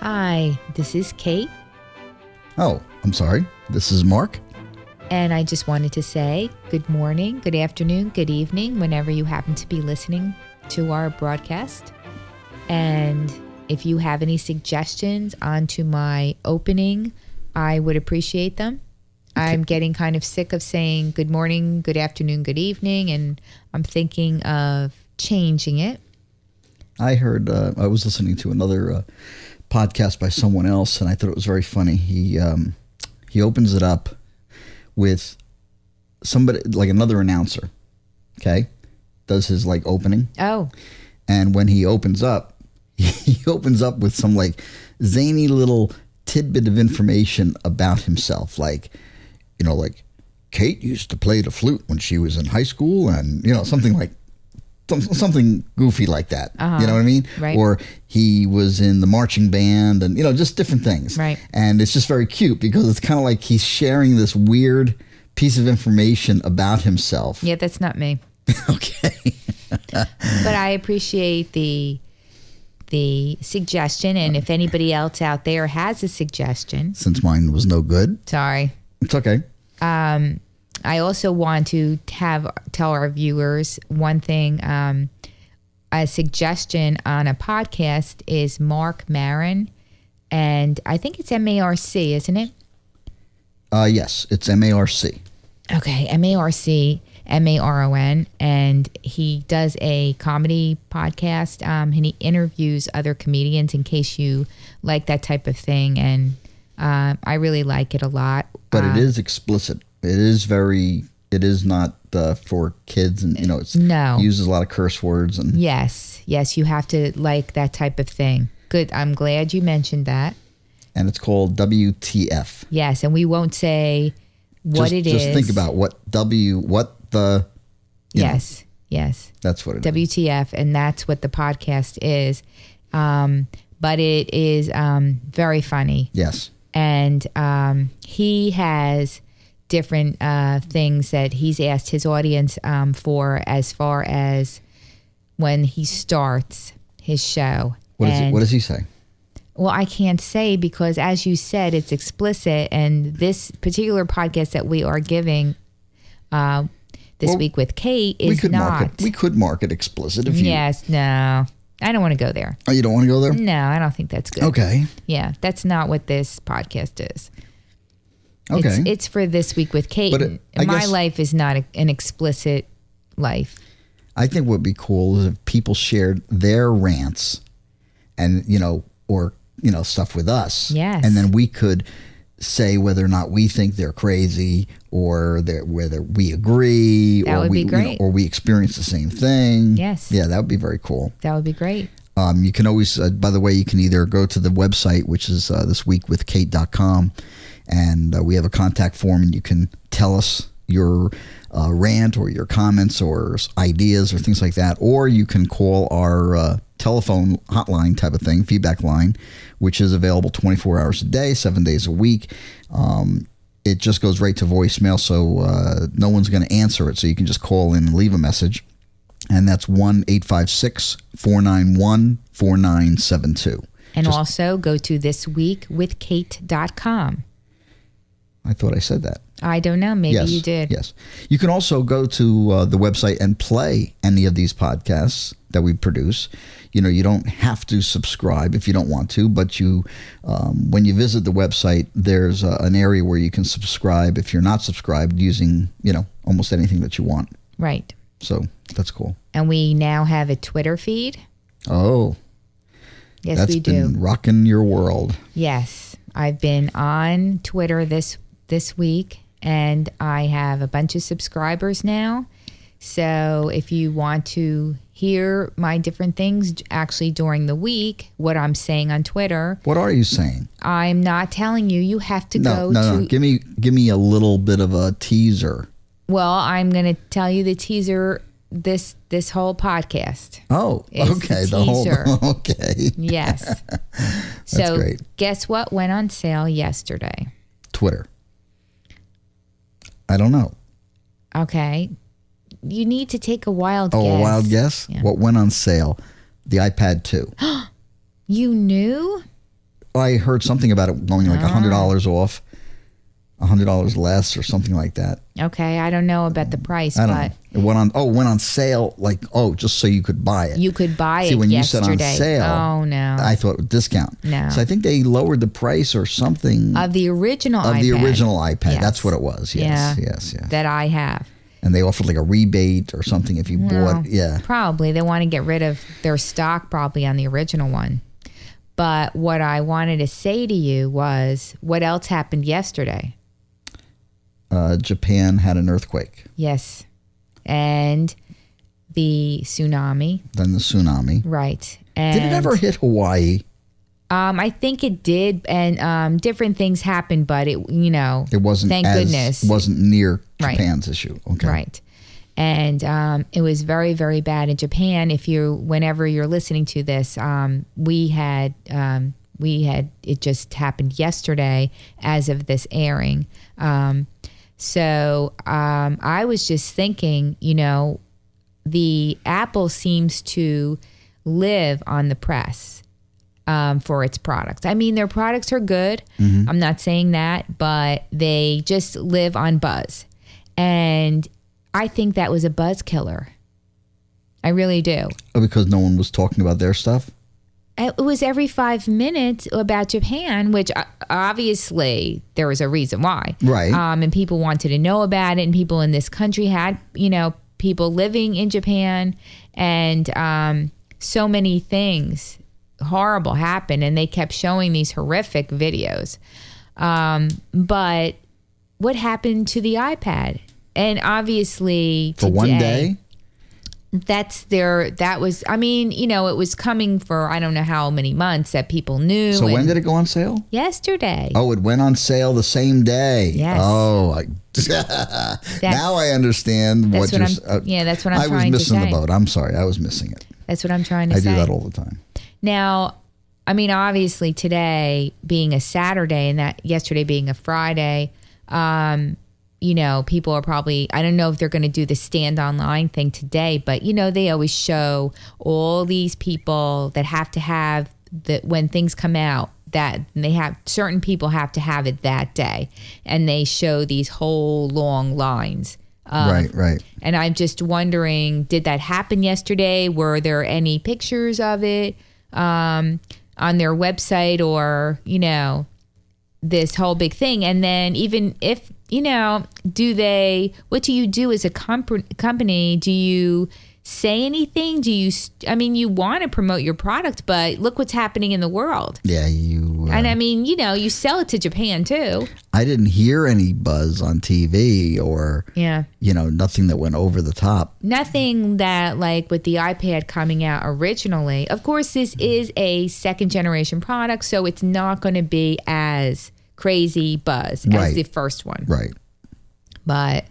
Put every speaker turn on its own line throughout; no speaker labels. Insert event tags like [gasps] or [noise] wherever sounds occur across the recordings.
Hi, this is Kate,
Oh, I'm sorry. This is Mark.
and I just wanted to say good morning, good afternoon, good evening, whenever you happen to be listening to our broadcast. And if you have any suggestions onto my opening, I would appreciate them. I'm getting kind of sick of saying good morning, good afternoon, good evening, and I'm thinking of changing it.
I heard uh, I was listening to another uh, podcast by someone else, and I thought it was very funny. He um, he opens it up with somebody like another announcer. Okay, does his like opening,
Oh,
and when he opens up, [laughs] he opens up with some like zany little tidbit of information about himself, like you know, like Kate used to play the flute when she was in high school, and you know, something like some, something goofy like that. You know what I mean?
Uh-huh. Right.
Or he was in the marching band, and you know, just different things.
Right.
And it's just very cute because it's kind of like he's sharing this weird piece of information about himself.
yeah, that's not me.
[laughs] okay.
but I appreciate the the suggestion and if anybody else out there has a suggestion
Since mine was no good,
sorry
it's okay.
I also want to have tell our viewers one thing um, a suggestion on a podcast is Mark Marin and I think it's M A R C isn't it
Uh, yes, it's M A R C.
Okay, M A R C M A R O N, and he does a comedy podcast, um, and he interviews other comedians in case you like that type of thing, and uh, I really like it a lot. Um,
But it is explicit. It is very. It is not uh, for kids, and you know, it's
No. Mm.
uses a lot of curse words and
Yes, yes, you have to like that type of thing. Good, I'm glad you mentioned that.
and it's called WTF.
Yes, and we won't say what
just,
it is.
just think about what W, what the. you know,
Yes, yes.
that's what it is.
WTF, and that's what the podcast is. Um, but it is um, very funny.
Yes,
and um, he has different uh, things that he's asked his audience um, for as far as when he starts his show.
What is it?
And-
What does he say?
well, I can't say because, as you said, it's explicit, and this particular podcast that we are giving uh, this
Well,
week with Kate
we
is
could
not.
mark it. We could mark it explicit if you.
yes, no, I don't want to go there.
Oh, you don't want to go there.
No, I don't think that's good.
Okay.
Yeah, that's not what this podcast is.
Okay.
It's, it's for this week with Kate.
But it- I
My
guess-
life is not a, an explicit life.
I think what would be cool is if people shared their rants and, you know, or, you know, stuff with us.
Yes.
And then we could say whether or not we think they're crazy or they're, whether we agree
That
or
would
we,
be
you know,
great.
or we experience the same thing.
Yes.
Yeah, that would be very cool.
That would be great.
Um, you can always, uh, by the way, you can either go to the website, which is uh, thisweekwithkate.com, and uh, we have a contact form, and you can tell us your uh, rant or your comments or s- ideas or things like that. Or you can call our uh, telephone hotline type of thing, feedback line, which is available 24 hours a day, seven days a week. Um, it just goes right to voicemail, so uh, no one's going to answer it. So you can just call in and leave a message and that's 1 856 491 4972.
And also go to thisweekwithkate.com.
I thought I said that.
I don't know. Maybe
yes.
you did.
Yes. You can also go to uh, the website and play any of these podcasts that we produce. You know, you don't have to subscribe if you don't want to, but you, um, when you visit the website, there's uh, an area where you can subscribe if you're not subscribed using, you know, almost anything that you want.
Right.
So that's cool.
And we now have a Twitter feed.
Oh,
Yes,
that's
we do.
been rocking your world.
Yes, I've been on Twitter this this week, and I have a bunch of subscribers now. So if you want to hear my different things d- actually during the week, what I'm saying on Twitter,
What are you saying?
I'm not telling you. You have to go
No, no,
to.
no. Give me, give me a little bit of a teaser.
Well, I'm going to tell you the teaser this this whole podcast.
Oh,
It's the
okay. The,
teaser.
whole. [laughs] Okay. [laughs]
Yes. so
great.
guess what went on sale yesterday?
Twitter. I don't know.
Okay. You need to take a wild
Oh,
guess.
a wild guess.
Yeah. [gasps]
What went on sale? The iPad 2.
You knew?
I heard something about it going like a
Ah.
hundred dollars off, a hundred dollars less, or something like that.
Okay, I don't know about the price,
I don't.
but
know. It went on. Oh, it went on sale. Like oh, just so you could buy it.
you could buy
See,
it
when you said
yesterday.
on sale,
oh no,
I thought it was discount.
No.
So I think they lowered the price or something
of the original
of
iPad
the original iPad.
Yes.
That's what it was. Yes.
Yeah.
Yes. Yeah.
that I have.
And they offered like a rebate or something if you
No.
bought. Yeah.
Probably they want to get rid of their stock probably on the original one. But what I wanted to say to you was what else happened yesterday?
Uh, Japan had an earthquake,
Yes. And the tsunami,
then the tsunami.
right. And
Did it ever hit Hawaii?
um I think it did and um different things happened but it you know
It wasn't.
Thank
as,
goodness.
Wasn't near
Right.
Japan's issue. Okay.
Right. And um, it was very, very bad in Japan. If you, whenever you're listening to this, um, we had, um, we had, it just happened yesterday as of this airing. Um, so um, I was just thinking, you know, the Apple seems to live on the press um, for its products. I mean, their products are good. I'm not saying that, but they just live on buzz. And I think that was a buzz killer. I really do.
Oh, because no one was talking about their stuff.
It was every five minutes about Japan, which uh, obviously there was a reason why.
Right.
Um, and people wanted to know about it, and people in this country had, you know, people living in Japan, and um, so many things horrible happened, and they kept showing these horrific videos. Um, but what happened to the iPad? And obviously,
For one day.
that's their that was i mean you know it was coming for i don't know how many months that people knew
So when
and-
did it go on sale?
yesterday
Oh, it went on sale the same day.
Yes.
Oh, I, [laughs] now I understand
that's what
what you're.
i'm
s- uh,
yeah that's what i'm
I was
trying
missing
to
the
say
boat. I'm sorry. I was missing it.
that's what i'm trying to
I
say
do that all the time.
now i mean obviously today being a saturday and that yesterday being a friday um you know people are probably i don't know if they're going to do the stand online thing today but you know they always show all these people that have to have the when things come out that they have certain people have to have it that day and they show these whole long lines of
right, right.
and I'm just wondering, did that happen yesterday? Were there any pictures of it um, on their website or, you know, this whole big thing? And then, even if, you know, do they, what do you do as a comp- company? Do you say anything? Do you, s- I mean, you want to promote your product, but look what's happening in the world.
Yeah, you. Uh,
And I mean, you know, you sell it to Japan too.
I didn't hear any buzz on TV or
Yeah.
you know nothing that went over the top.
nothing that like with the iPad coming out originally. Of course, this is a second generation product, so it's not going to be as crazy buzz as
Right.
the first one.
Right.
But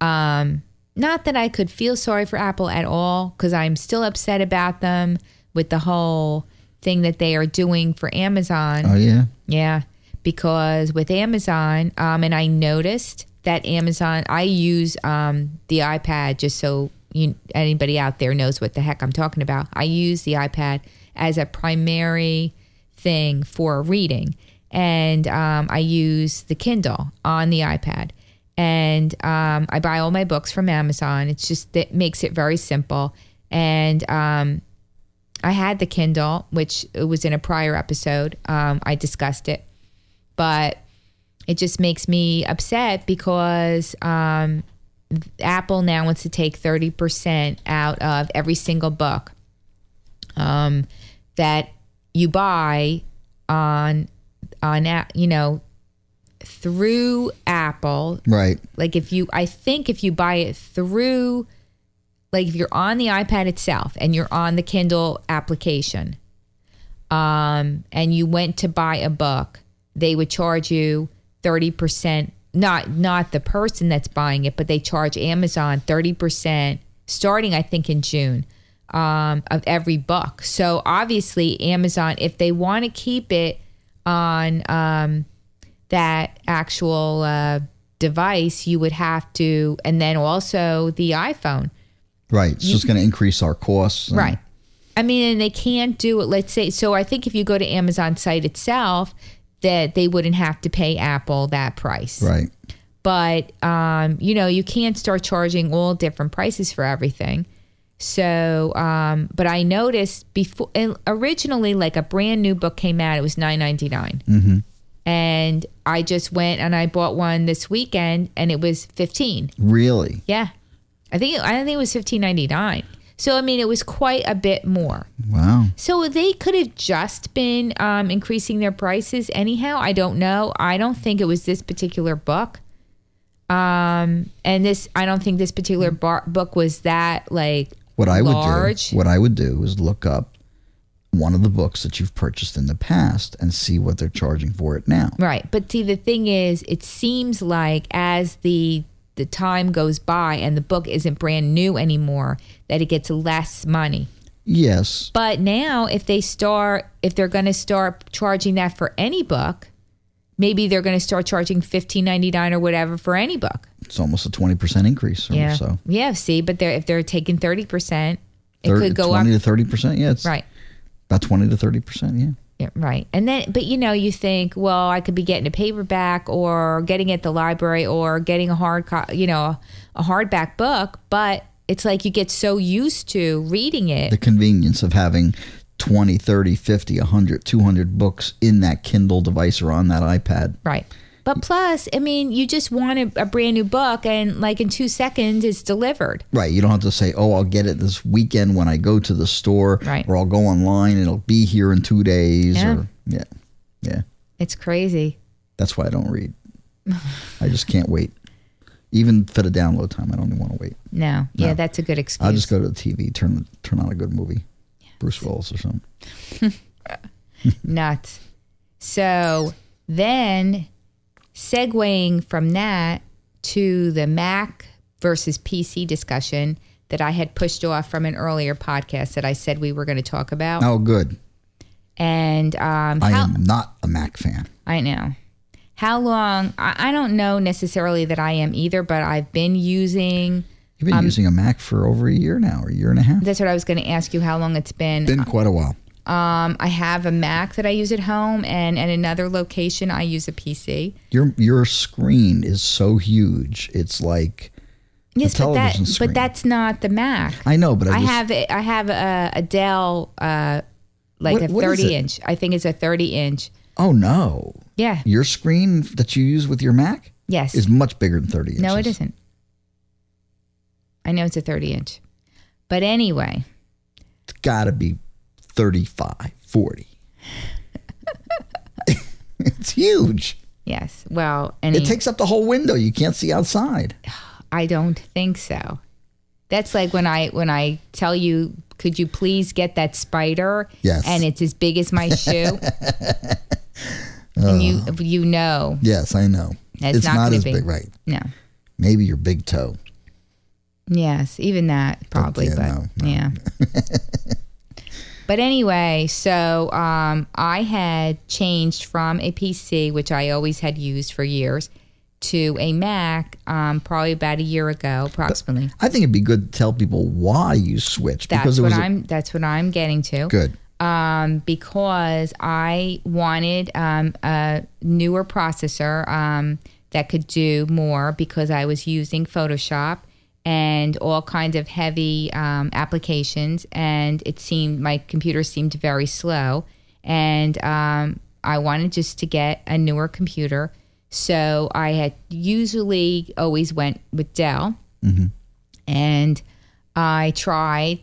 um not that I could feel sorry for Apple at all cuz I'm still upset about them with the whole thing that they are doing for Amazon.
Oh yeah.
Yeah, because with Amazon, um, and I noticed that Amazon, I use um, the iPad just so you, anybody out there knows what the heck I'm talking about. I use the iPad as a primary thing for reading, and um, I use the Kindle on the iPad. And um, I buy all my books from Amazon. It's just that makes it very simple. And um, I had the Kindle, which it was in a prior episode. Um, I discussed it, but it just makes me upset because um, Apple now wants to take thirty percent out of every single book um, that you buy on on a- you know through Apple
Right.
like if you i think if you buy it through like if you're on the ipad itself and you're on the kindle application um and you went to buy a book they would charge you 30% not not the person that's buying it but they charge amazon 30% starting i think in june um, of every book so obviously amazon if they want to keep it on um, that actual uh, device, you would have to, and then also the iPhone.
Right. It's just going to increase our costs. and-
Right. I mean, and they can't do it. Let's say so. I think if you go to Amazon site itself, that they wouldn't have to pay Apple that price.
Right.
But um, you know, you can't start charging all different prices for everything. So, um, but I noticed before and originally, like a brand new book came out, it was nine ninety nine, and I just went and I bought one this weekend, and it was fifteen.
Really?
Yeah, I think I think it was fifteen ninety nine. So I mean, it was quite a bit more.
Wow.
So they could have just been um, increasing their prices anyhow. I don't know. I don't think it was this particular book. Um, and this, I don't think this particular bar- book was that like
What I
large.
would do, what I would do is look up one of the books that you've purchased in the past and see what they're charging for it now.
Right. But see, the thing is, it seems like as the the time goes by and the book isn't brand new anymore, that it gets less money.
Yes.
But now, if they start, if they're going to start charging that for any book, maybe they're going to start charging fifteen ninety nine or whatever for any book.
It's almost a 20% increase or
Yeah.
so.
Yeah. See, but they're if they're taking thirty percent, it
30
could go up.
20 to 30%. Yeah. It's
Right.
About 20 to 30%. Yeah.
Yeah, right. And then, but you know, you think, well, I could be getting a paperback or getting it at the library or getting a hard, co- you know, a hardback book. But it's like you get so used to reading it.
The convenience of having 20, 30, 50, 100, 200 books in that Kindle device or on that iPad.
Right. But plus, I mean, you just want a, a brand new book and like in two seconds it's delivered.
Right. You don't have to say, oh, I'll get it this weekend when I go to the store,
Right.
or I'll go online and it'll be here in two days.
Yeah.
Or, yeah. Yeah.
It's crazy.
That's why I don't read. I just can't wait. Even for the download time, I don't even want to wait.
No. Yeah,
No.
that's a good excuse.
I'll just go to the TV, turn turn on a good movie, Bruce Willis or something.
nuts. So then, segueing from that to the Mac versus PC discussion that I had pushed off from an earlier podcast that I said we were going to talk about,
Oh, good.
and um,
I
how
am not a Mac fan.
I know how long I, I don't know necessarily that I am either, but I've been using.
You've
Um,
been using a Mac for over a year now, or a year and a half.
That's what I was going to ask you. How long it's been?
Been quite a while.
Um, I have a Mac that I use at home, and at another location I use a PC.
Your your screen is so huge. It's like
Yes, but that
television screen.
but that's not the Mac.
I know, but I,
I
just,
have a, I have a, a Dell uh, like
What-
a
what is it?
thirty inch. I think it's a thirty inch.
Oh no,
Yeah.
your screen that you use with your Mac
Yes.
is much bigger than thirty inches.
no, it isn't. I know it's a thirty inch, but anyway,
It's got to be 35,
[laughs]
40. it's huge.
yes. Well, and
It takes up the whole window. You can't see outside.
I don't think so. That's like when I when I tell you, could you please get that spider?
Yes.
And it's as big
[laughs]
as my shoe. and you you know
Yes, I know.
It's
it's
not
not
gonna
as
be.
big, right?
no.
Maybe your big toe.
Yes, even that probably,
yeah,
but
no, no. [laughs]
yeah. but anyway, so um, I had changed from a PC, which I always had used for years, to a Mac, um, probably about a year ago, approximately.
I think it'd be good to tell people why you switched
that's
because it
what
was
i I'm. That's what I'm getting to.
good.
Um, because I wanted um, a newer processor um, that could do more because I was using Photoshop and all kinds of heavy um, applications, and it seemed my computer seemed very slow, and um, I wanted just to get a newer computer. So I had usually always went with Dell, and I tried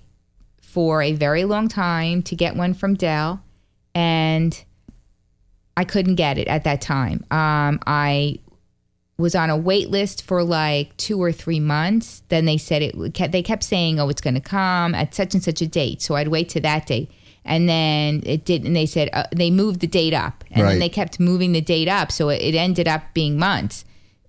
for a very long time to get one from Dell, and I couldn't get it at that time. Um, I was on a wait list for like two or three months. Then they said it. Kept, they kept saying, "Oh, it's going to come at such and such a date." So I'd wait to that date, and then it didn't. And they said uh, they moved the date up, and
Right.
then they kept moving the date up, so it, it ended up being months.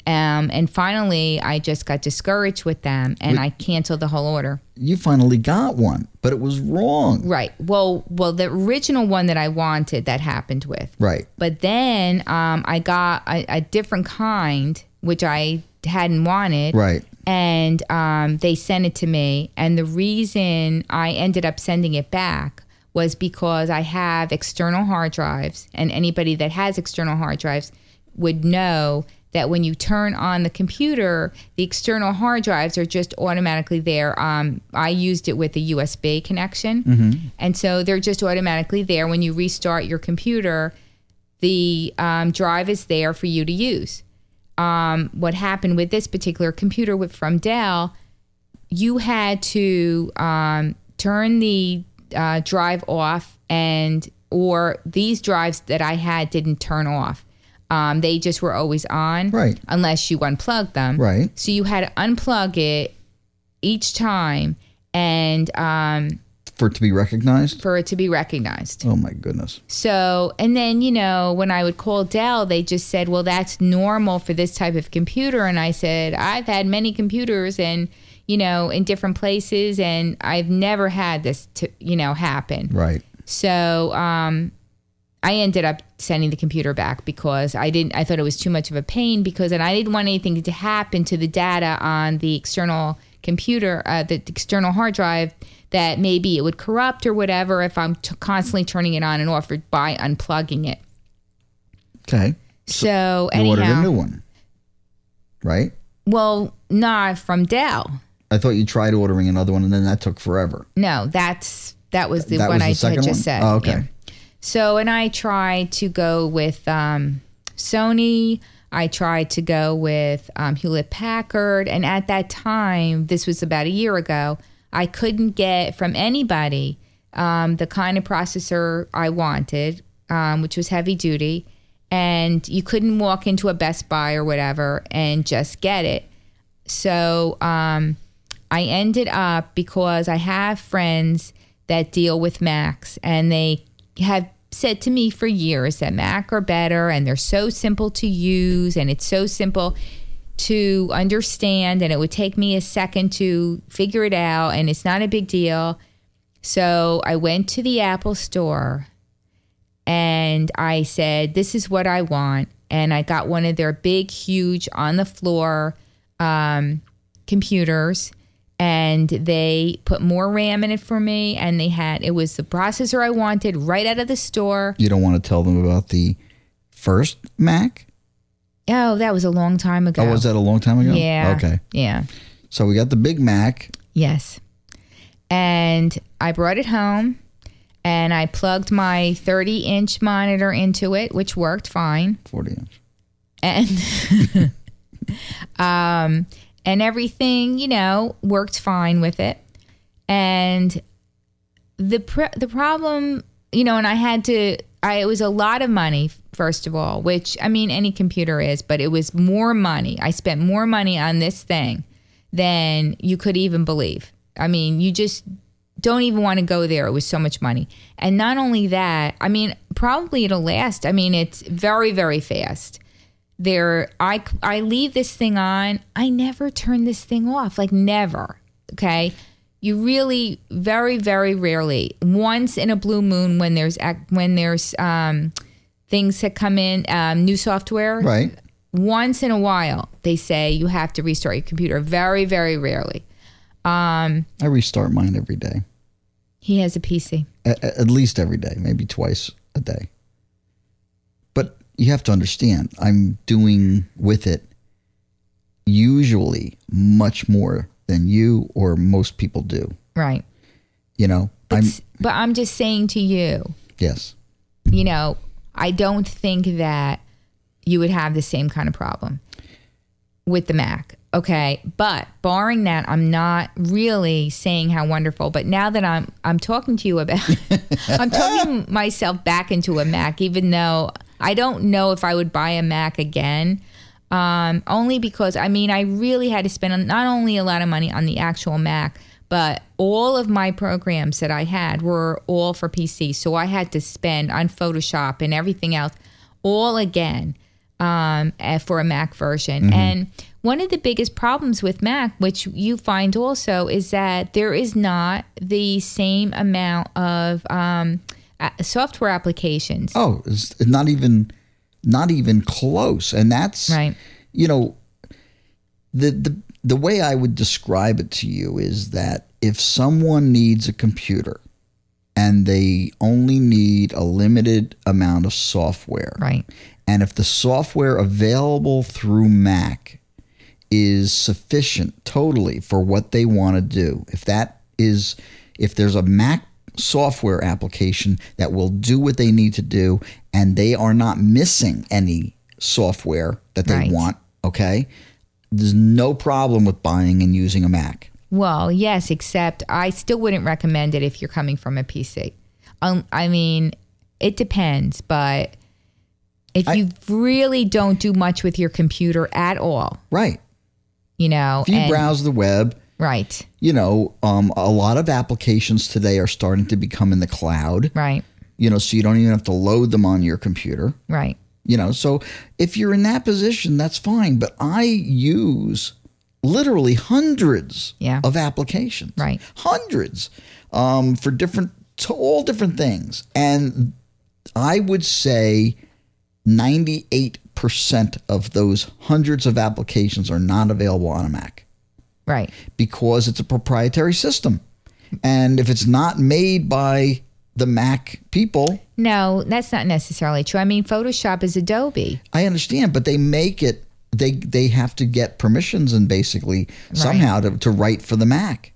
Um, and finally, I just got discouraged with them, and I canceled the whole order.
You finally got one, but it was wrong.
Right. Well, well, the original one that I wanted that happened with,
Right.
but then um, I got a, a different kind which I hadn't wanted,
Right.
and um, they sent it to me. And the reason I ended up sending it back was because I have external hard drives, and anybody that has external hard drives would know that when you turn on the computer, the external hard drives are just automatically there. Um, I used it with a USB connection, and so they're just automatically there when you restart your computer. The um, drive is there for you to use um, what happened with this particular computer with, from Dell, you had to um, turn the uh, drive off, and or these drives that I had didn't turn off. Um, they just were always on,
Right.
Unless you unplugged them,
Right.
So you had to unplug it each time, and um,
For it to be recognized?
for it to be recognized.
Oh my goodness.
So, and then, you know, when I would call Dell, they just said, well, that's normal for this type of computer. And I said, I've had many computers and, you know, in different places, and I've never had this, to, you know, happen.
Right.
So, um, I ended up sending the computer back because I didn't, I thought it was too much of a pain because, and I didn't want anything to happen to the data on the external computer, uh, the external hard drive that maybe it would corrupt or whatever if I'm t- constantly turning it on and off or by unplugging it.
Okay.
So,
You ordered a new
anyhow,
one. Right?
well, not from Dell.
I thought you tried ordering another one and then that took forever.
No, that's, that was the
that
one
was the
I had
second
just
one?
said.
Oh, okay.
Yeah. So, and I tried to go with um, Sony. I tried to go with um, Hewlett Packard. And at that time, this was about a year ago, I couldn't get from anybody um, the kind of processor I wanted, um, which was heavy duty. And you couldn't walk into a Best Buy or whatever and just get it. So um, I ended up because I have friends that deal with Macs and they have said to me for years that Mac are better and they're so simple to use and it's so simple to understand and it would take me a second to figure it out and it's not a big deal. So I went to the Apple store and I said, This is what I want. And I got one of their big, huge on the floor um, computers. And they put more RAM in it for me. And they had, it was the processor I wanted right out of the store.
You don't want to tell them about the first Mac?
Oh, that was a long time ago.
Oh, was that a long time ago?
Yeah.
Okay.
Yeah.
So we got the Big Mac.
Yes. And I brought it home and I plugged my 30 inch monitor into it, which worked fine.
40 inch.
and [laughs] um and everything you know worked fine with it and the pr- the problem you know and i had to i it was a lot of money first of all which i mean any computer is but it was more money i spent more money on this thing than you could even believe i mean you just don't even want to go there it was so much money and not only that i mean probably it'll last i mean it's very very fast there I I leave this thing on. I never turn this thing off. Like never. Okay? You really very very rarely. Once in a blue moon when there's ac- when there's um things that come in um new software.
Right.
Once in a while they say you have to restart your computer. Very very rarely.
I restart mine every day,
He has a PC.
at, at least every day, maybe twice a day. But you have to understand, I'm doing with it usually much more than you or most people do.
Right.
You know, I'm
S- but I'm just saying to you,
yes,
you know, I don't think that you would have the same kind of problem with the Mac. Okay, but barring that, I'm not really saying how wonderful. But now that I'm I'm talking to you about, [laughs] I'm talking myself back into a Mac, even though I don't know if I would buy a Mac again. Um, only because I mean I really had to spend not only a lot of money on the actual Mac, but all of my programs that I had were all for PC, so I had to spend on Photoshop and everything else all again um, eh, for a Mac version. And one of the biggest problems with Mac, which you find also, is that there is not the same amount of um, a- software applications.
Oh, it's not even not even close. And that's
Right.
You know, the the the way I would describe it to you is that if someone needs a computer and they only need a limited amount of software,
Right.
and if the software available through Mac is sufficient totally for what they want to do, if that is, if there's a Mac software application that will do what they need to do and they are not missing any software that they
Right.
want, okay, there's no problem with buying and using a Mac.
Well, yes, except I still wouldn't recommend it if you're coming from a PC. Um, I mean, it depends, but if you really don't do much with your computer at all,
Right.
you know,
If you
and-
browse the web,
right,
you know, um, a lot of applications today are starting to become in the cloud.
right,
you know, so you don't even have to load them on your computer,
right.
you know. So if you're in that position, that's fine. But I use literally hundreds
Yeah.
of applications,
Right.
Hundreds um, for different, to all different things. And I would say 98% of those hundreds of applications are not available on a Mac
Right.
because it's a proprietary system. And if it's not made by the Mac people,
No, that's not necessarily true. I mean, Photoshop is Adobe.
I understand, but they make it they they have to get permissions and basically somehow to, to write for the Mac.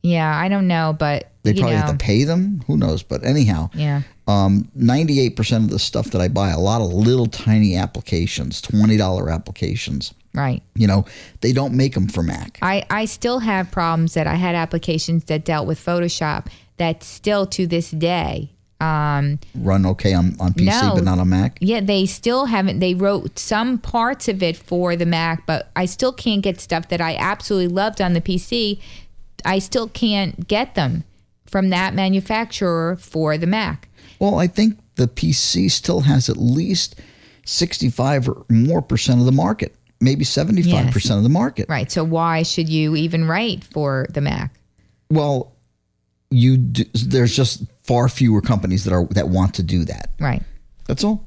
Yeah, I don't know, but
They
you
probably
know,
have to pay them. Who knows? But anyhow,
yeah,
um, 98% of the stuff that I buy, a lot of little tiny applications, $20 applications,
right.
you know, they don't make them for Mac.
I, I still have problems that I had applications that dealt with Photoshop that still to this day. Um,
Run okay on, on PC,
No.
but not on Mac.
yeah, they still haven't. They wrote some parts of it for the Mac, but I still can't get stuff that I absolutely loved on the PC. I still can't get them from that manufacturer for the Mac.
Well, I think the PC still has at least 65 or more percent of the market, maybe 75% of the market.
Right. So why should you even write for the Mac?
Well, you do, there's just far fewer companies that are that want to do that.
Right.
That's all.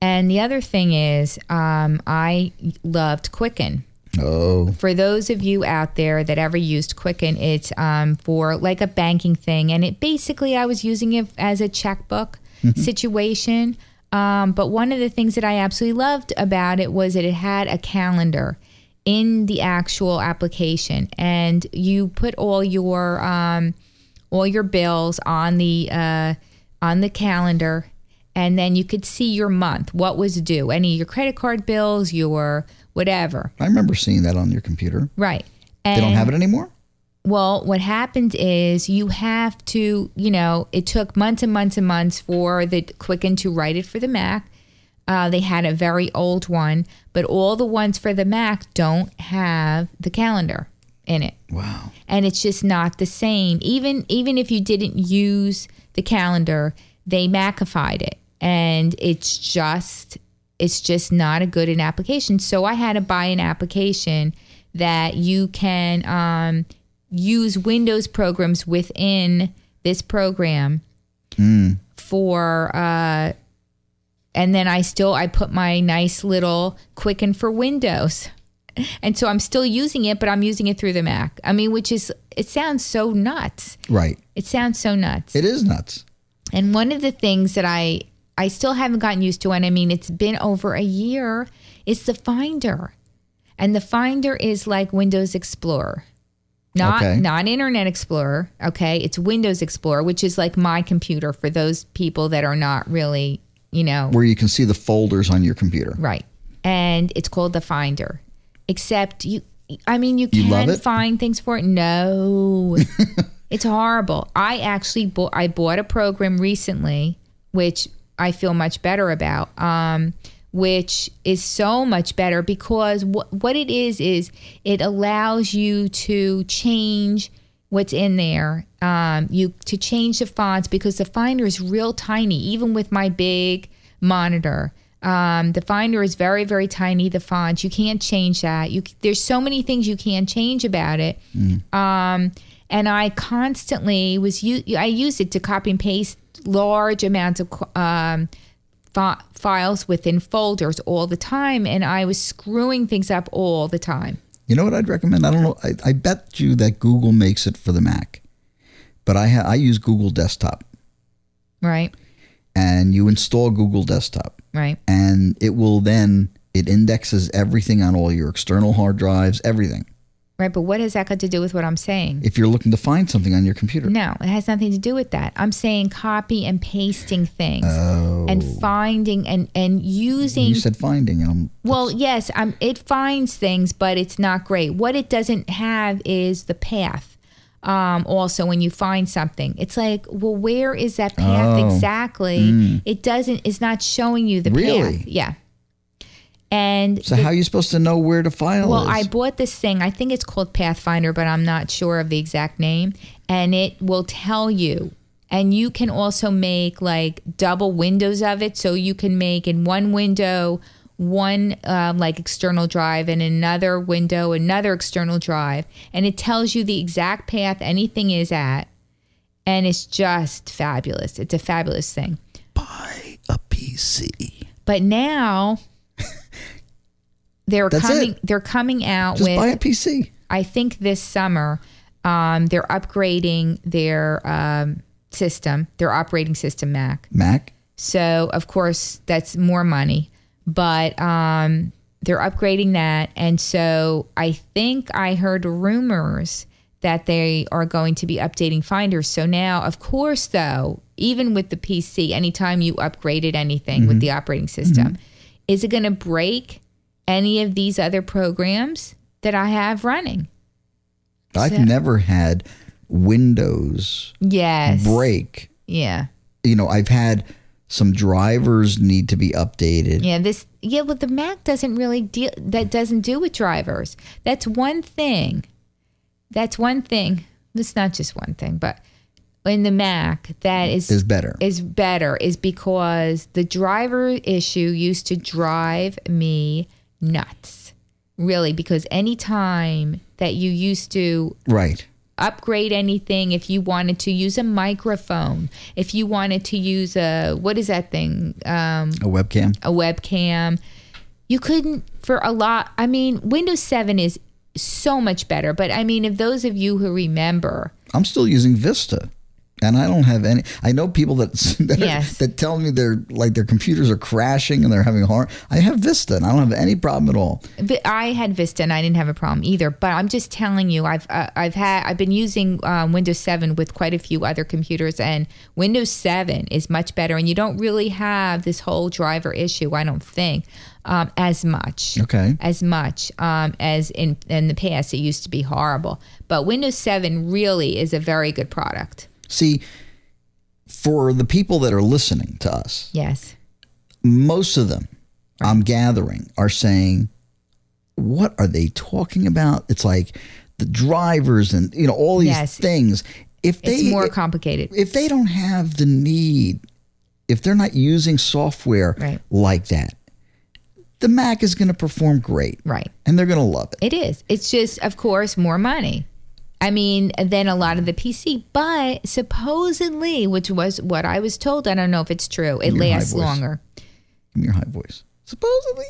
And the other thing is, um, I loved Quicken.
Oh,
for those of you out there that ever used Quicken, it's um, for like a banking thing, and it basically I was using it as a checkbook situation. Um, but one of the things that I absolutely loved about it was that it had a calendar in the actual application, and you put all your um, all your bills on the uh, on the calendar and then you could see your month what was due any of your credit card bills your whatever
I remember seeing that on your computer.
Right.
They
And,
don't have it anymore.
Well, what happened is you have to, you know, it took months and months and months for the Quicken to write it for the Mac. Uh, they had a very old one, but all the ones for the Mac don't have the calendar in it
Wow.
and it's just not the same. Even even if you didn't use the calendar, they Macified it, and it's just it's just not a good an application. So I had to buy an application that you can um, use Windows programs within this program for. Uh, and then I still I put my nice little Quicken for Windows and so I'm still using it, but I'm using it through the Mac. I mean, which is it sounds so nuts.
Right.
It sounds so nuts.
It is nuts.
And one of the things that I I still haven't gotten used to, and I mean, it's been over a year, is the Finder, and the Finder is like Windows Explorer, not
Okay.
not Internet Explorer. Okay, it's Windows Explorer, which is like my computer for those people that are not really you know
Where you can see the folders on your computer.
Right. And it's called the Finder. Except you I mean you
You love
can
it?
find things for it. No. it's horrible. I actually bought I bought a program recently which I feel much better about. Um which is so much better because what what it is is it allows you to change what's in there. Um, you to change the fonts because the Finder is real tiny, even with my big monitor. Um, the Finder is very very tiny. The font you can't change that. You c- there's so many things you can't change about it. Um, and I constantly was u- I use it to copy and paste large amounts of qu- um, fi- files within folders all the time, and I was screwing things up all the time.
You know what I'd recommend? I don't know. I, I bet you that Google makes it for the Mac, but I ha- I use Google Desktop,
Right.
and you install Google Desktop,
Right.
and it will then it indexes everything on all your external hard drives, everything.
Right. But what has that got to do with what I'm saying?
If you're looking to find something on your computer,
No, it has nothing to do with that. I'm saying copy and pasting things
oh,
and finding and and using
you said finding, and I'm
Well, yes, um, it finds things, but it's not great. What it doesn't have is the path. Um, also, when you find something, it's like, well, where is that path
Oh.
exactly? It doesn't. It's not showing you the
Really?
path. Yeah. And
So how are you supposed to know where the file
well, I
is?
bought this thing. I think it's called Pathfinder, but I'm not sure of the exact name. And it will tell you. And you can also make like double windows of it. So you can make in one window one um, like external drive and another window another external drive. And it tells you the exact path anything is at. And it's just fabulous. It's a fabulous thing.
buy a PC.
But
[laughs]
now. They're
That's it.
coming. They're coming out
Just
with
buy a PC.
I think this summer um, they're upgrading their um, system, their operating system Mac.
Mac.
So of course that's more money, but um, they're upgrading that, and so I think I heard rumors that they are going to be updating Finders. So now, of course, though, even with the PC, anytime you upgraded anything with the operating system, is it going to break any of these other programs that I have running?
I've
So-
never had Windows
Yes.
break.
Yeah.
You know, I've had some drivers need to be updated.
Yeah, this yeah, but the Mac doesn't really deal that doesn't do with drivers. That's one thing. That's one thing. It's not just one thing, but in the Mac that is
Is better.
is better is because the driver issue used to drive me nuts. Really, because any time that you used to
right.
upgrade anything if you wanted to use a microphone if you wanted to use a what is that thing um
A webcam.
a webcam. You couldn't for a lot. I mean, Windows 7 is so much better, but I mean, if those of you who remember,
I'm still using Vista. And I don't have any. I know people that [laughs] that, are-
Yes.
that tell me they're like their computers are crashing and they're having hard. I have Vista and I don't have any problem at all.
vi- I had Vista and I didn't have a problem either. But I'm just telling you, I've uh, I've had I've been using um, Windows 7 with quite a few other computers, and Windows 7 is much better, and you don't really have this whole driver issue. I don't think um, as much.
Okay.
as much um, as in in the past. It used to be horrible, but Windows Seven really is a very good product.
See, for the people that are listening to us,
Yes,
most of them I'm gathering are saying, what are they talking about? It's like the drivers and you know all these
Yes.
things. If they
it's more
if,
complicated.
they don't have the need, if they're not using software
Right.
like that, the Mac is going to perform great
Right,
and they're going to love it.
it is. It's just, of course, more money. I mean, than a lot of the PC, but supposedly, which was what I was told. I don't know if it's true. It
Your high
lasts
voice.
longer.
Give me your high voice. Supposedly,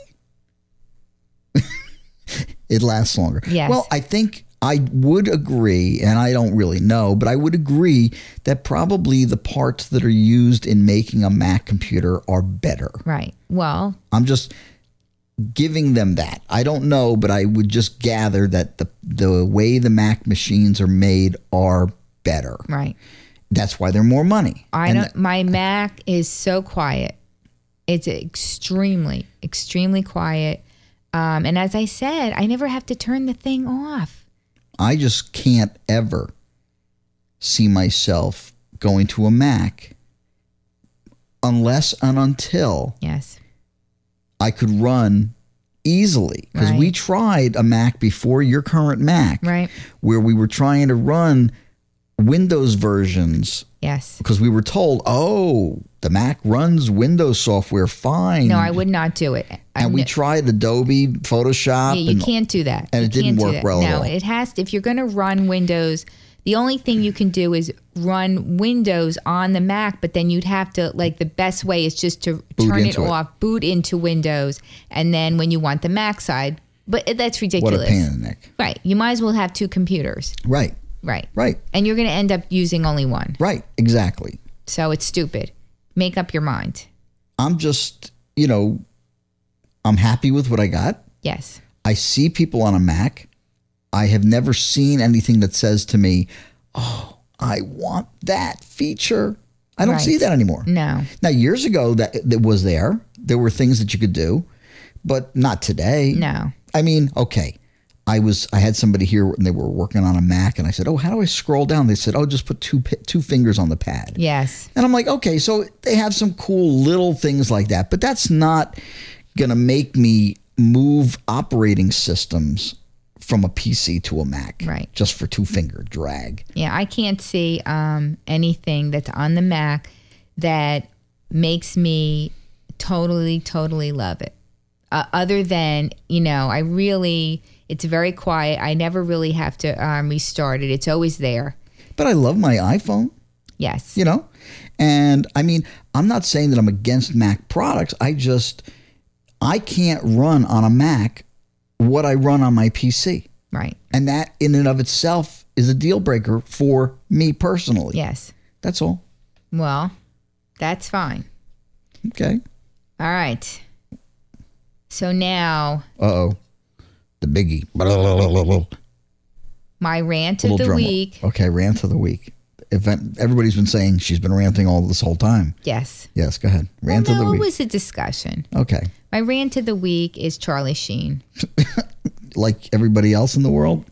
[laughs] it lasts longer.
Yes.
Well, I think I would agree, and I don't really know, but I would agree that probably the parts that are used in making a Mac computer are better.
Right. Well,
I'm just giving them that. I don't know, but I would just gather that the the way the Mac machines are made are better.
right.
That's why they're more money.
I
And
don't. my Mac is so quiet. It's extremely, extremely quiet. Um, and as I said, I never have to turn the thing off.
I just can't ever see myself going to a Mac unless and until
Yes,
I could run easily. Because we
Right.
tried a Mac before your current Mac,
right.
where we were trying to run Windows versions
Yes.
because we were told, oh, the Mac runs Windows software fine.
No, I would not do it. I,
and we tried Adobe, Photoshop,
yeah, you
and
can't do that.
and
You
it didn't
can't do
work
that.
well at
No,
all.
it has. To, if you're going to run Windows, the only thing you can do is run Windows on the Mac. But then you'd have to like the best way is just to turn it
into it.
off, boot into Windows, and then when you want the Mac side, But that's
What a
ridiculous.
pain in the neck.
Right. You might as well have two computers.
Right,
Right.
right,
And you're going to end up using only one.
right. Exactly.
So it's stupid. Make up your mind.
I'm just, you know, I'm happy with what I got.
Yes.
I see people on a Mac. I have never seen anything that says to me, "Oh, I want that feature." I don't
Right. Mm.
see that anymore.
No.
Now, years ago, that that was there. There were things that you could do, but not today.
No.
I mean, okay. I was I had somebody here and they were working on a Mac, and I said, "Oh, how do I scroll down?" They said, "Oh, just put two pi- two fingers on the pad."
Yes.
And I'm like, okay, so they have some cool little things like that, but that's not going to make me move operating systems from a PC to a Mac
Right.
just for two finger drag.
Yeah. I can't see um, anything that's on the Mac that makes me totally, totally love it. Uh, other than, you know, I really, it's very quiet. I never really have to um, restart it. It's always there.
But I love my iPhone,
Yes.
you know? And I mean, I'm not saying that I'm against Mac products. I just, I can't run on a Mac what I run on my PC.
Right.
And that in and of itself is a deal breaker for me personally.
Yes.
That's all.
Well, that's fine.
Okay.
All right. So now
Uh oh. The biggie.
my rant of
Little
the
drum roll.
week.
Okay, rant of the week. Event, everybody's been saying she's been ranting all this whole time.
Yes.
Yes, go ahead. Rant
well,
of
no,
the week.
it was a discussion.
okay.
My rant of the week is Charlie Sheen.
Like everybody else in the world?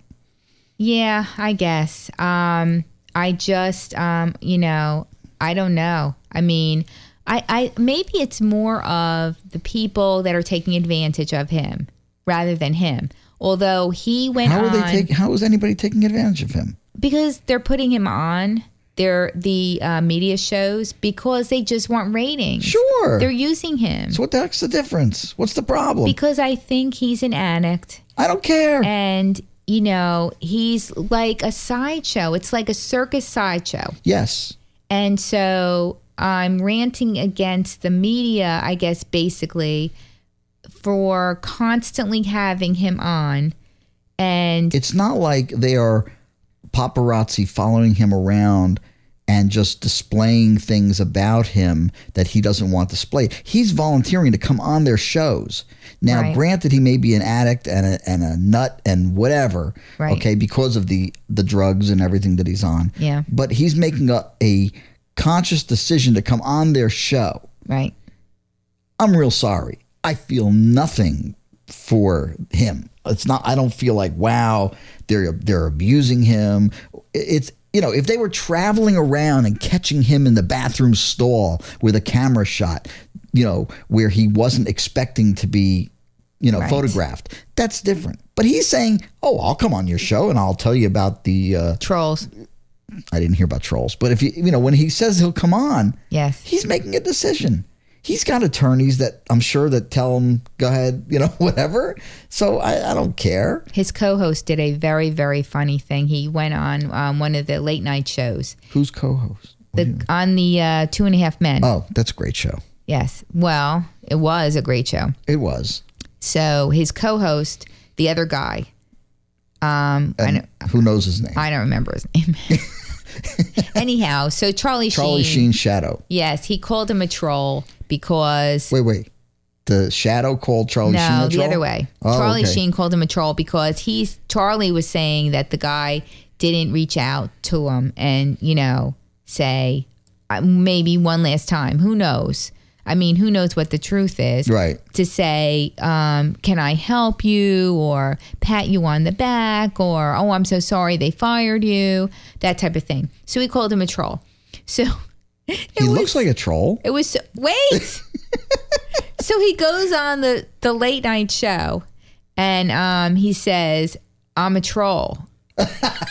Yeah, I guess. Um, I just, um, you know, I don't know. I mean, I, I maybe it's more of the people that are taking advantage of him rather than him. Although he went
How are
on
they taking how is anybody taking advantage of him?
because they're putting him on their the uh, media shows because they just want ratings.
Sure.
They're using him
so what the heck's the difference? What's the problem?
because I think he's an addict
I don't care.
and you know, he's like a sideshow. It's like a circus sideshow.
yes.
And so I'm ranting against the media, I guess, basically, for constantly having him on. And
It's not like they are paparazzi following him around and just displaying things about him that he doesn't want displayed. He's volunteering to come on their shows. Now,
Right.
granted, he may be an addict and a, and a nut and whatever,
Right.
okay, because of the the drugs and everything that he's on.
Yeah.
But he's making a, a conscious decision to come on their show.
right,
I'm real sorry. I feel nothing for him. It's not. I don't feel like wow. They're they're abusing him. It's you know if they were traveling around and catching him in the bathroom stall with a camera shot, you know where he wasn't expecting to be, you know
Right.
photographed. That's different. But he's saying, oh, I'll come on your show and I'll tell you about the. Uh,
trolls.
I didn't hear about trolls, but if you you know when he says he'll come on,
Yes.
he's making a decision. He's got attorneys that I'm sure that tell him, go ahead, [laughs] you know, whatever. So I, I don't care.
His co host did a very, very funny thing. He went on um, one of the late night shows
Who's co host?
the, on the uh, Two and a Half Men.
Oh, that's a great show.
Yes. Well, it was a great show.
It was.
So his co host, the other guy, um, I,
And
don't,
who knows his name?
I don't remember his name.
[laughs]
Anyhow, so Charlie,
Charlie
Sheen.
Sheen Shadow.
Yes, he called him a troll because
Wait, wait. The Shadow called Charlie Sheen.
no,
a
the
troll?
other way.
Oh,
Charlie
okay.
Sheen called him a troll because he's Charlie was saying that the guy didn't reach out to him and you know say uh, maybe one last time. Who knows? I mean, who knows what the truth is?
Right.
to say, um, can I help you? Or pat you on the back? Or, oh, I'm so sorry they fired you? That type of thing. So we called him a troll. So [laughs] it
He
was,
looks like a troll.
it was, so, wait. so he goes on the, the late night show and um, he says, I'm a troll.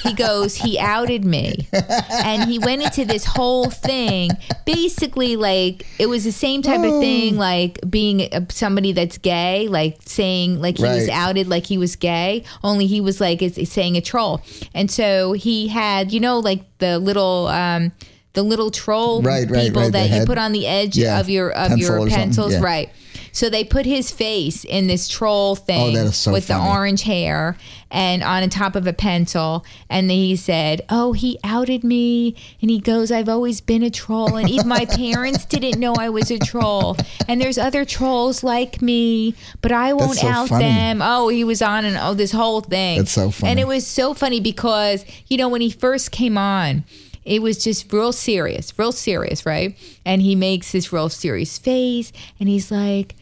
he goes, he outed me. And he went into this whole thing, basically, like, it was the same type of thing, like being uh, somebody that's gay, like saying, like, he was
Right.
outed, like he was gay, only he was, like, is, is saying a troll. And so he had, you know, like the little, um, the little troll
Right, right,
people
right, the
that you
head.
put on the edge
Yeah,
of your of
pencil
your
or something,
pencils,
yeah.
right? So they put his face in this troll thing
Oh, that is so
with
funny.
the orange hair and on top of a pencil. And then he said, Oh, he outed me. And he goes, I've always been a troll. And even
[laughs]
my parents didn't know I was a troll. And there's other trolls like me, but I won't
so
out
funny.
them. Oh, he was on and oh, this whole thing.
That's so funny.
And it was so funny because, you know, when he first came on, it was just real serious, real serious, right? And he makes this real serious face and he's like,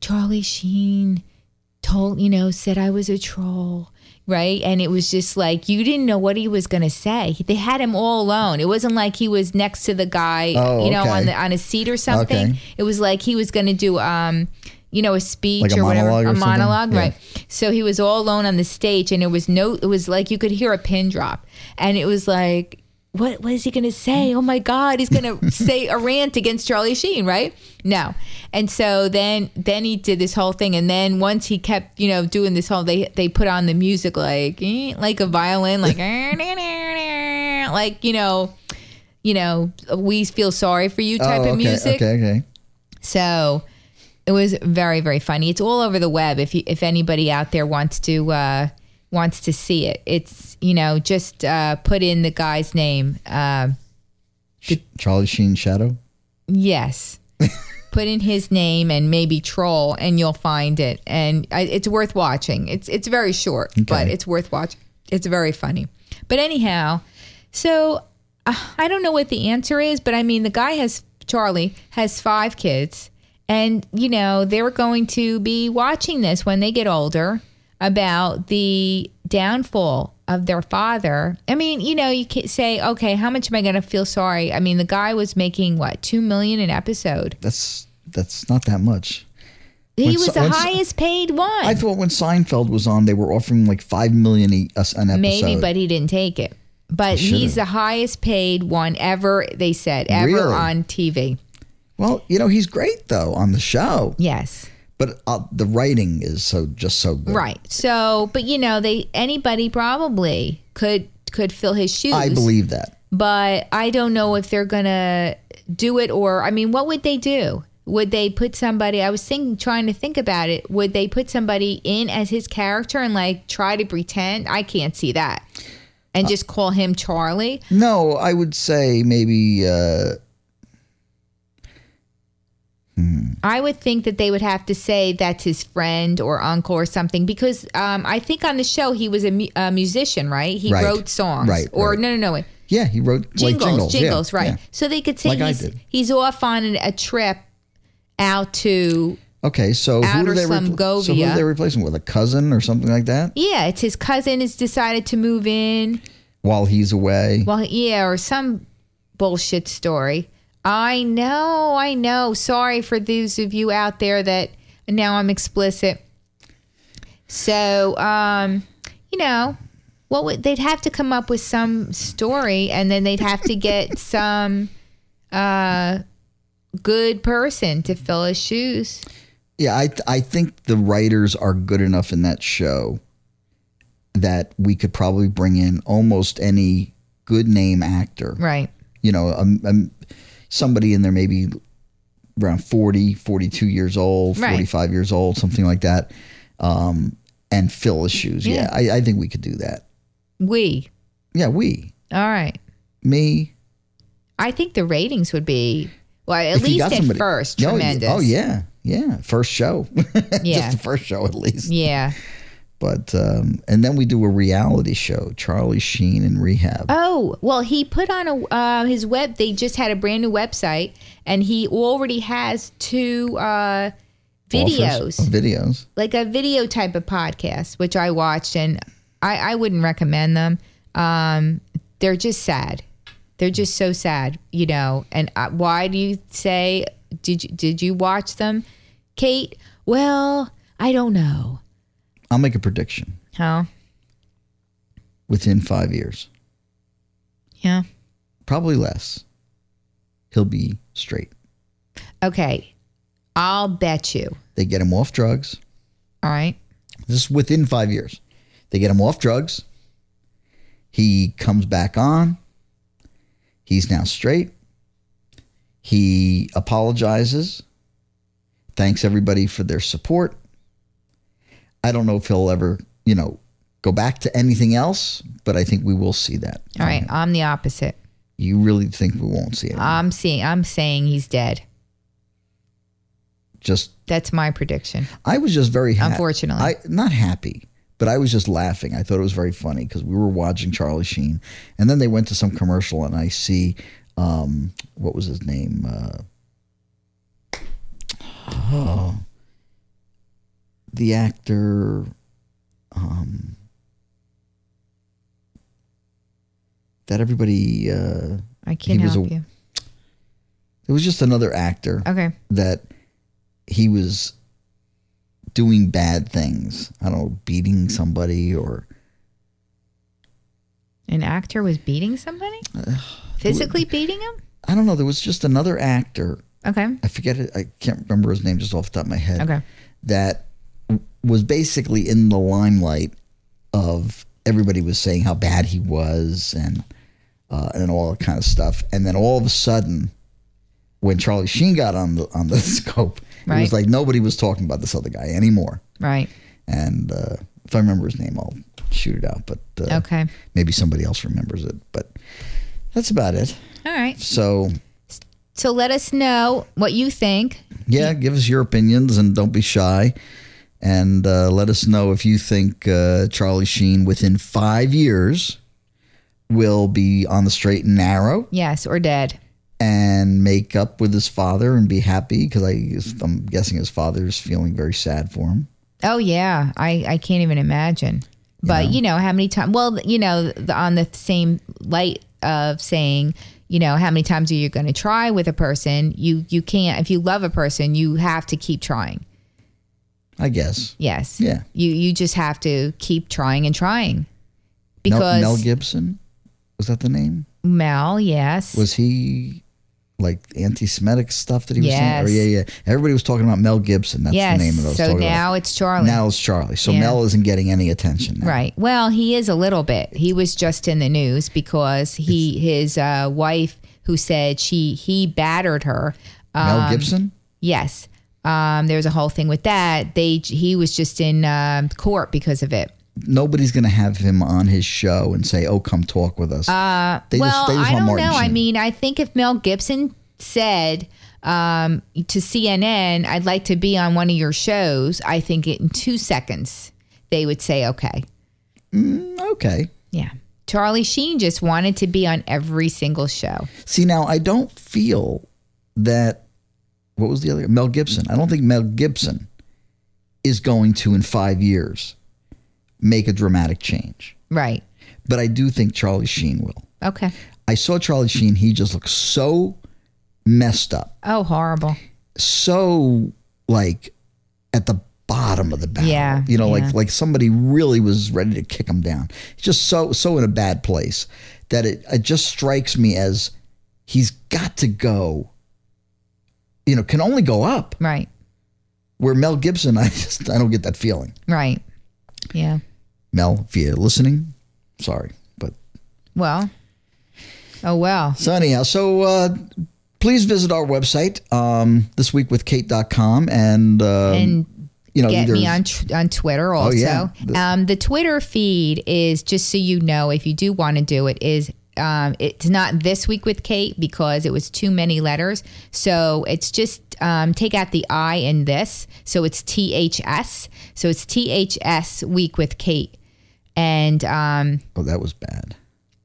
Charlie Sheen told, you know, said I was a troll, right? And it was just like, you didn't know what he was going to say. They had him all alone. It wasn't like he was next to the guy,
Oh,
you know,
okay.
on, the, on a seat or something.
Okay.
It was like he was going to do, um, you know, a speech
Like a
or whatever,
monologue or
a
something?
monologue,
Yeah.
right? So he was all alone on the stage, and it was no, it was like you could hear a pin drop, and it was like, what, what is he gonna say? Oh my God, he's
[laughs]
gonna say a rant against Charlie Sheen, right? No, and so then, then he did this whole thing, and then once he kept, you know, doing this whole, they they put on the music like, eh, like a violin,
[laughs]
like, like you know, you know, we feel sorry for you type
oh, okay,
of music.
okay, okay.
So it was very, very funny. It's all over the web. If you, if anybody out there wants to uh, wants to see it, it's you know just uh, put in the guy's name. Um
Sh- Charlie Sheen Shadow.
yes, put in his name and maybe troll, and you'll find it. And I, it's worth watching. It's it's very short, but it's worth watching. It's very funny. But anyhow, so uh, I don't know what the answer is, but I mean the guy has Charlie has five kids. And, you know, they're going to be watching this when they get older about the downfall of their father. I mean, you know, you can say, okay, how much am I going to feel sorry? I mean, the guy was making what, 2 million an episode.
That's that's not that much.
He
When
was
so-
the
when so-
highest paid one.
I thought when Seinfeld was on, they were offering like five million a, us- an episode.
Maybe, but he didn't take it. But
should've.
he's the highest paid one ever, they said, ever
Really?
on TV.
well, you know he's great though on the show,
Yes.
but uh, the writing is so just so good.
Right. So, but you know, they anybody probably could could fill his shoes.
I believe that.
but I don't know if they're gonna do it or I mean, what would they do? Would they put somebody? I was thinking, trying to think about it. Would they put somebody in as his character and like try to pretend? I can't see that,
Uh,
and just call him Charlie.
No, I would say maybe. Uh,
I would think that they would have to say that's his friend or uncle or something because um, I think on the show he was a, mu- a musician, right? He
Right.
wrote songs,
Right,
Or
right.
no, no, no, wait.
yeah, he wrote like,
jingles, jingles,
yeah,
right?
yeah.
So they could say
Like I
he's,
did.
he's off on an- a trip out to
Okay, so who
Outer
do they repl- so who
Slumgovia.
do they replace him with? A cousin or something like that?
yeah, it's his cousin has decided to move in.
While he's away,
Well, yeah, or some bullshit story. I know, I know. Sorry for those of you out there that now I'm explicit. So, um, you know, what would they'd have to come up with some story, and then they'd have to get
[laughs]
some uh, good person to fill his shoes.
yeah, I th- I think the writers are good enough in that show that we could probably bring in almost any good name actor.
Right.
You know, um, um, somebody in there maybe around 40, 42 years old,
Right.
45 years old, something like that, um, and fill his shoes. Yeah,
Yeah.
I, I think we could do that.
We.
Yeah, we,
All right.
me,
I think the ratings would be well, at
If you
least
got
at
somebody-
first,
Oh, yeah.
tremendous.
Oh yeah, yeah. First show, [laughs]
Yeah.
just the first show at least.
Yeah.
But um, and then we do a reality show, Charlie Sheen in rehab.
Oh well, he put on a uh, his web. They just had a brand new website, and he already has two uh, videos,
Offers- oh, videos.
like a video type of podcast, which I watched, and I, I wouldn't recommend them. Um, they're just sad. They're just so sad, you know. And uh, why do you say did you, did you watch them, Kate? Well, I don't know.
I'll make a prediction.
Huh?
Within five years,
Yeah.
probably less, he'll be straight.
Okay. I'll bet you.
They get him off drugs.
All right.
This is within five years. They get him off drugs. He comes back on. He's now straight. He apologizes. Thanks everybody for their support. I don't know if he'll ever, you know, go back to anything else, but I think we will see that.
All right, Uh, I'm the opposite.
You really think we won't see it?
I'm seeing. I'm saying he's dead.
just
That's my prediction.
I was just very happy.
Unfortunately.
I not happy, but I was just laughing. I thought it was very funny because we were watching Charlie Sheen, and then they went to some commercial, and I see, um, what was his name? Uh, [gasps] oh, the actor, um, that everybody. Uh,
I can't
He was
help
a-
you.
it was just another actor
Okay.
that he was doing bad things. I don't know, beating somebody or
An actor was beating somebody?
[sighs]
Physically beating him?
I don't know. There was just another actor.
Okay.
I forget it. I can't remember his name just off the top of my head.
Okay.
That w- was basically in the limelight of everybody was saying how bad he was and uh, and all that kind of stuff. And then all of a sudden, when Charlie Sheen got on the on the [laughs] scope, it
Right.
was like nobody was talking about this other guy anymore.
Right.
and uh, if I remember his name, I'll shoot it out. But uh,
Okay.
maybe somebody else remembers it. But that's about it.
All right.
So
So let us know what you think.
yeah, give us your opinions and don't be shy. And uh, let us know if you think uh, Charlie Sheen within five years will be on the straight and narrow
Yes, or dead.
and make up with his father and be happy because I'm guessing his father's feeling very sad for him.
Oh yeah, I I can't even imagine. But you know how many times? Well, you know, the, on the same light of saying, you know, how many times are you going to try with a person? You you can't if you love a person, you have to keep trying.
I guess.
Yes.
Yeah.
You you just have to keep trying and trying
Mel-
because
Mel
Mel,
Gibson was that the name?
yes,
Was he like anti-Semitic stuff that he was
Yes.
saying? Oh, yeah, yeah. Everybody was talking about Mel Gibson. That's
yes.
the name of those.
so now it's Charlie.
now it's Charlie. So
Yeah.
Mel isn't getting any attention now.
Right. Well, he is a little bit. He was just in the news because he his uh, wife who said she he battered her. Um,
Mel Gibson.
yes. Um, there was a whole thing with that. They he was just in um court because of it.
Nobody's going to have him on his show and say, "Oh, come talk with us." Uh, they
well, I don't know. I
Sheen.
mean, I think if Mel Gibson said um, to CNN, "I'd like to be on one of your shows," I think in two seconds they would say, "Okay."
okay.
Yeah. Charlie Sheen just wanted to be on every single show.
See, now I don't feel that. What was the other Mel Gibson? I don't think Mel Gibson is going to in five years make a dramatic change,
Right.
but I do think Charlie Sheen will.
Okay.
I saw Charlie Sheen. He just looked so messed up,
Oh, horrible.
so like at the bottom of the barrel.
Yeah,
you know,
yeah.
like like somebody really was ready to kick him down. He's just so so in a bad place that it, it just strikes me as he's got to go. You know, can only go up.
Right.
Where Mel Gibson, [laughs] I just I don't get that feeling.
Right. Yeah.
Mel, if you're listening, sorry, but
Well. Oh well.
So anyhow, so uh, please visit our website um, thisweekwithkate.com and, uh,
And
you know
get
either
me on tr- on Twitter also.
yeah.
Um, the Twitter feed is just so you know if you do want to do it is. Um, it's not this week with Kate because it was too many letters. So it's just um, take out the I in this. So it's THS. So it's THS week with Kate. And um,
oh that was bad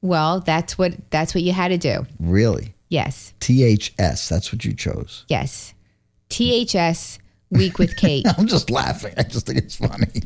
well, that's what that's what you had to do.
really
Yes.
THS that's what you chose. [laughs]
Yes. THS Week with Kate. All
I'm just laughing. I just think it's funny.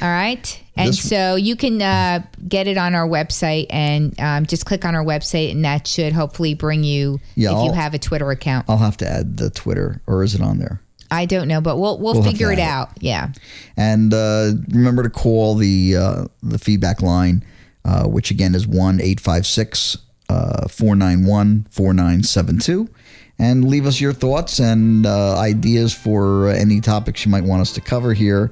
right. And so you can uh, get it on our website and um, just click on our website, and that should hopefully bring you
Yeah,
if you
I'll-
have a Twitter account.
I'll have to add the Twitter or is it on there?
I don't know, but we'll, we'll,
We'll have
figure
to
it
add
out. Yeah.
And uh, remember to call the uh, the feedback line, uh, which again is 1 856 uh, 491 4972. And leave us your thoughts and uh, ideas for uh, any topics you might want us to cover here.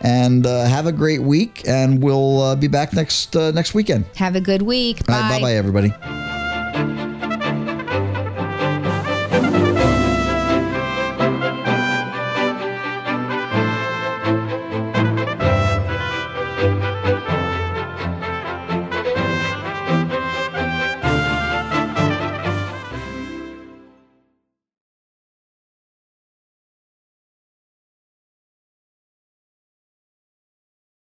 And uh, have a great week, and we'll uh, be back next uh, next weekend.
Have a good week.
All right, bye bye, everybody. Bye.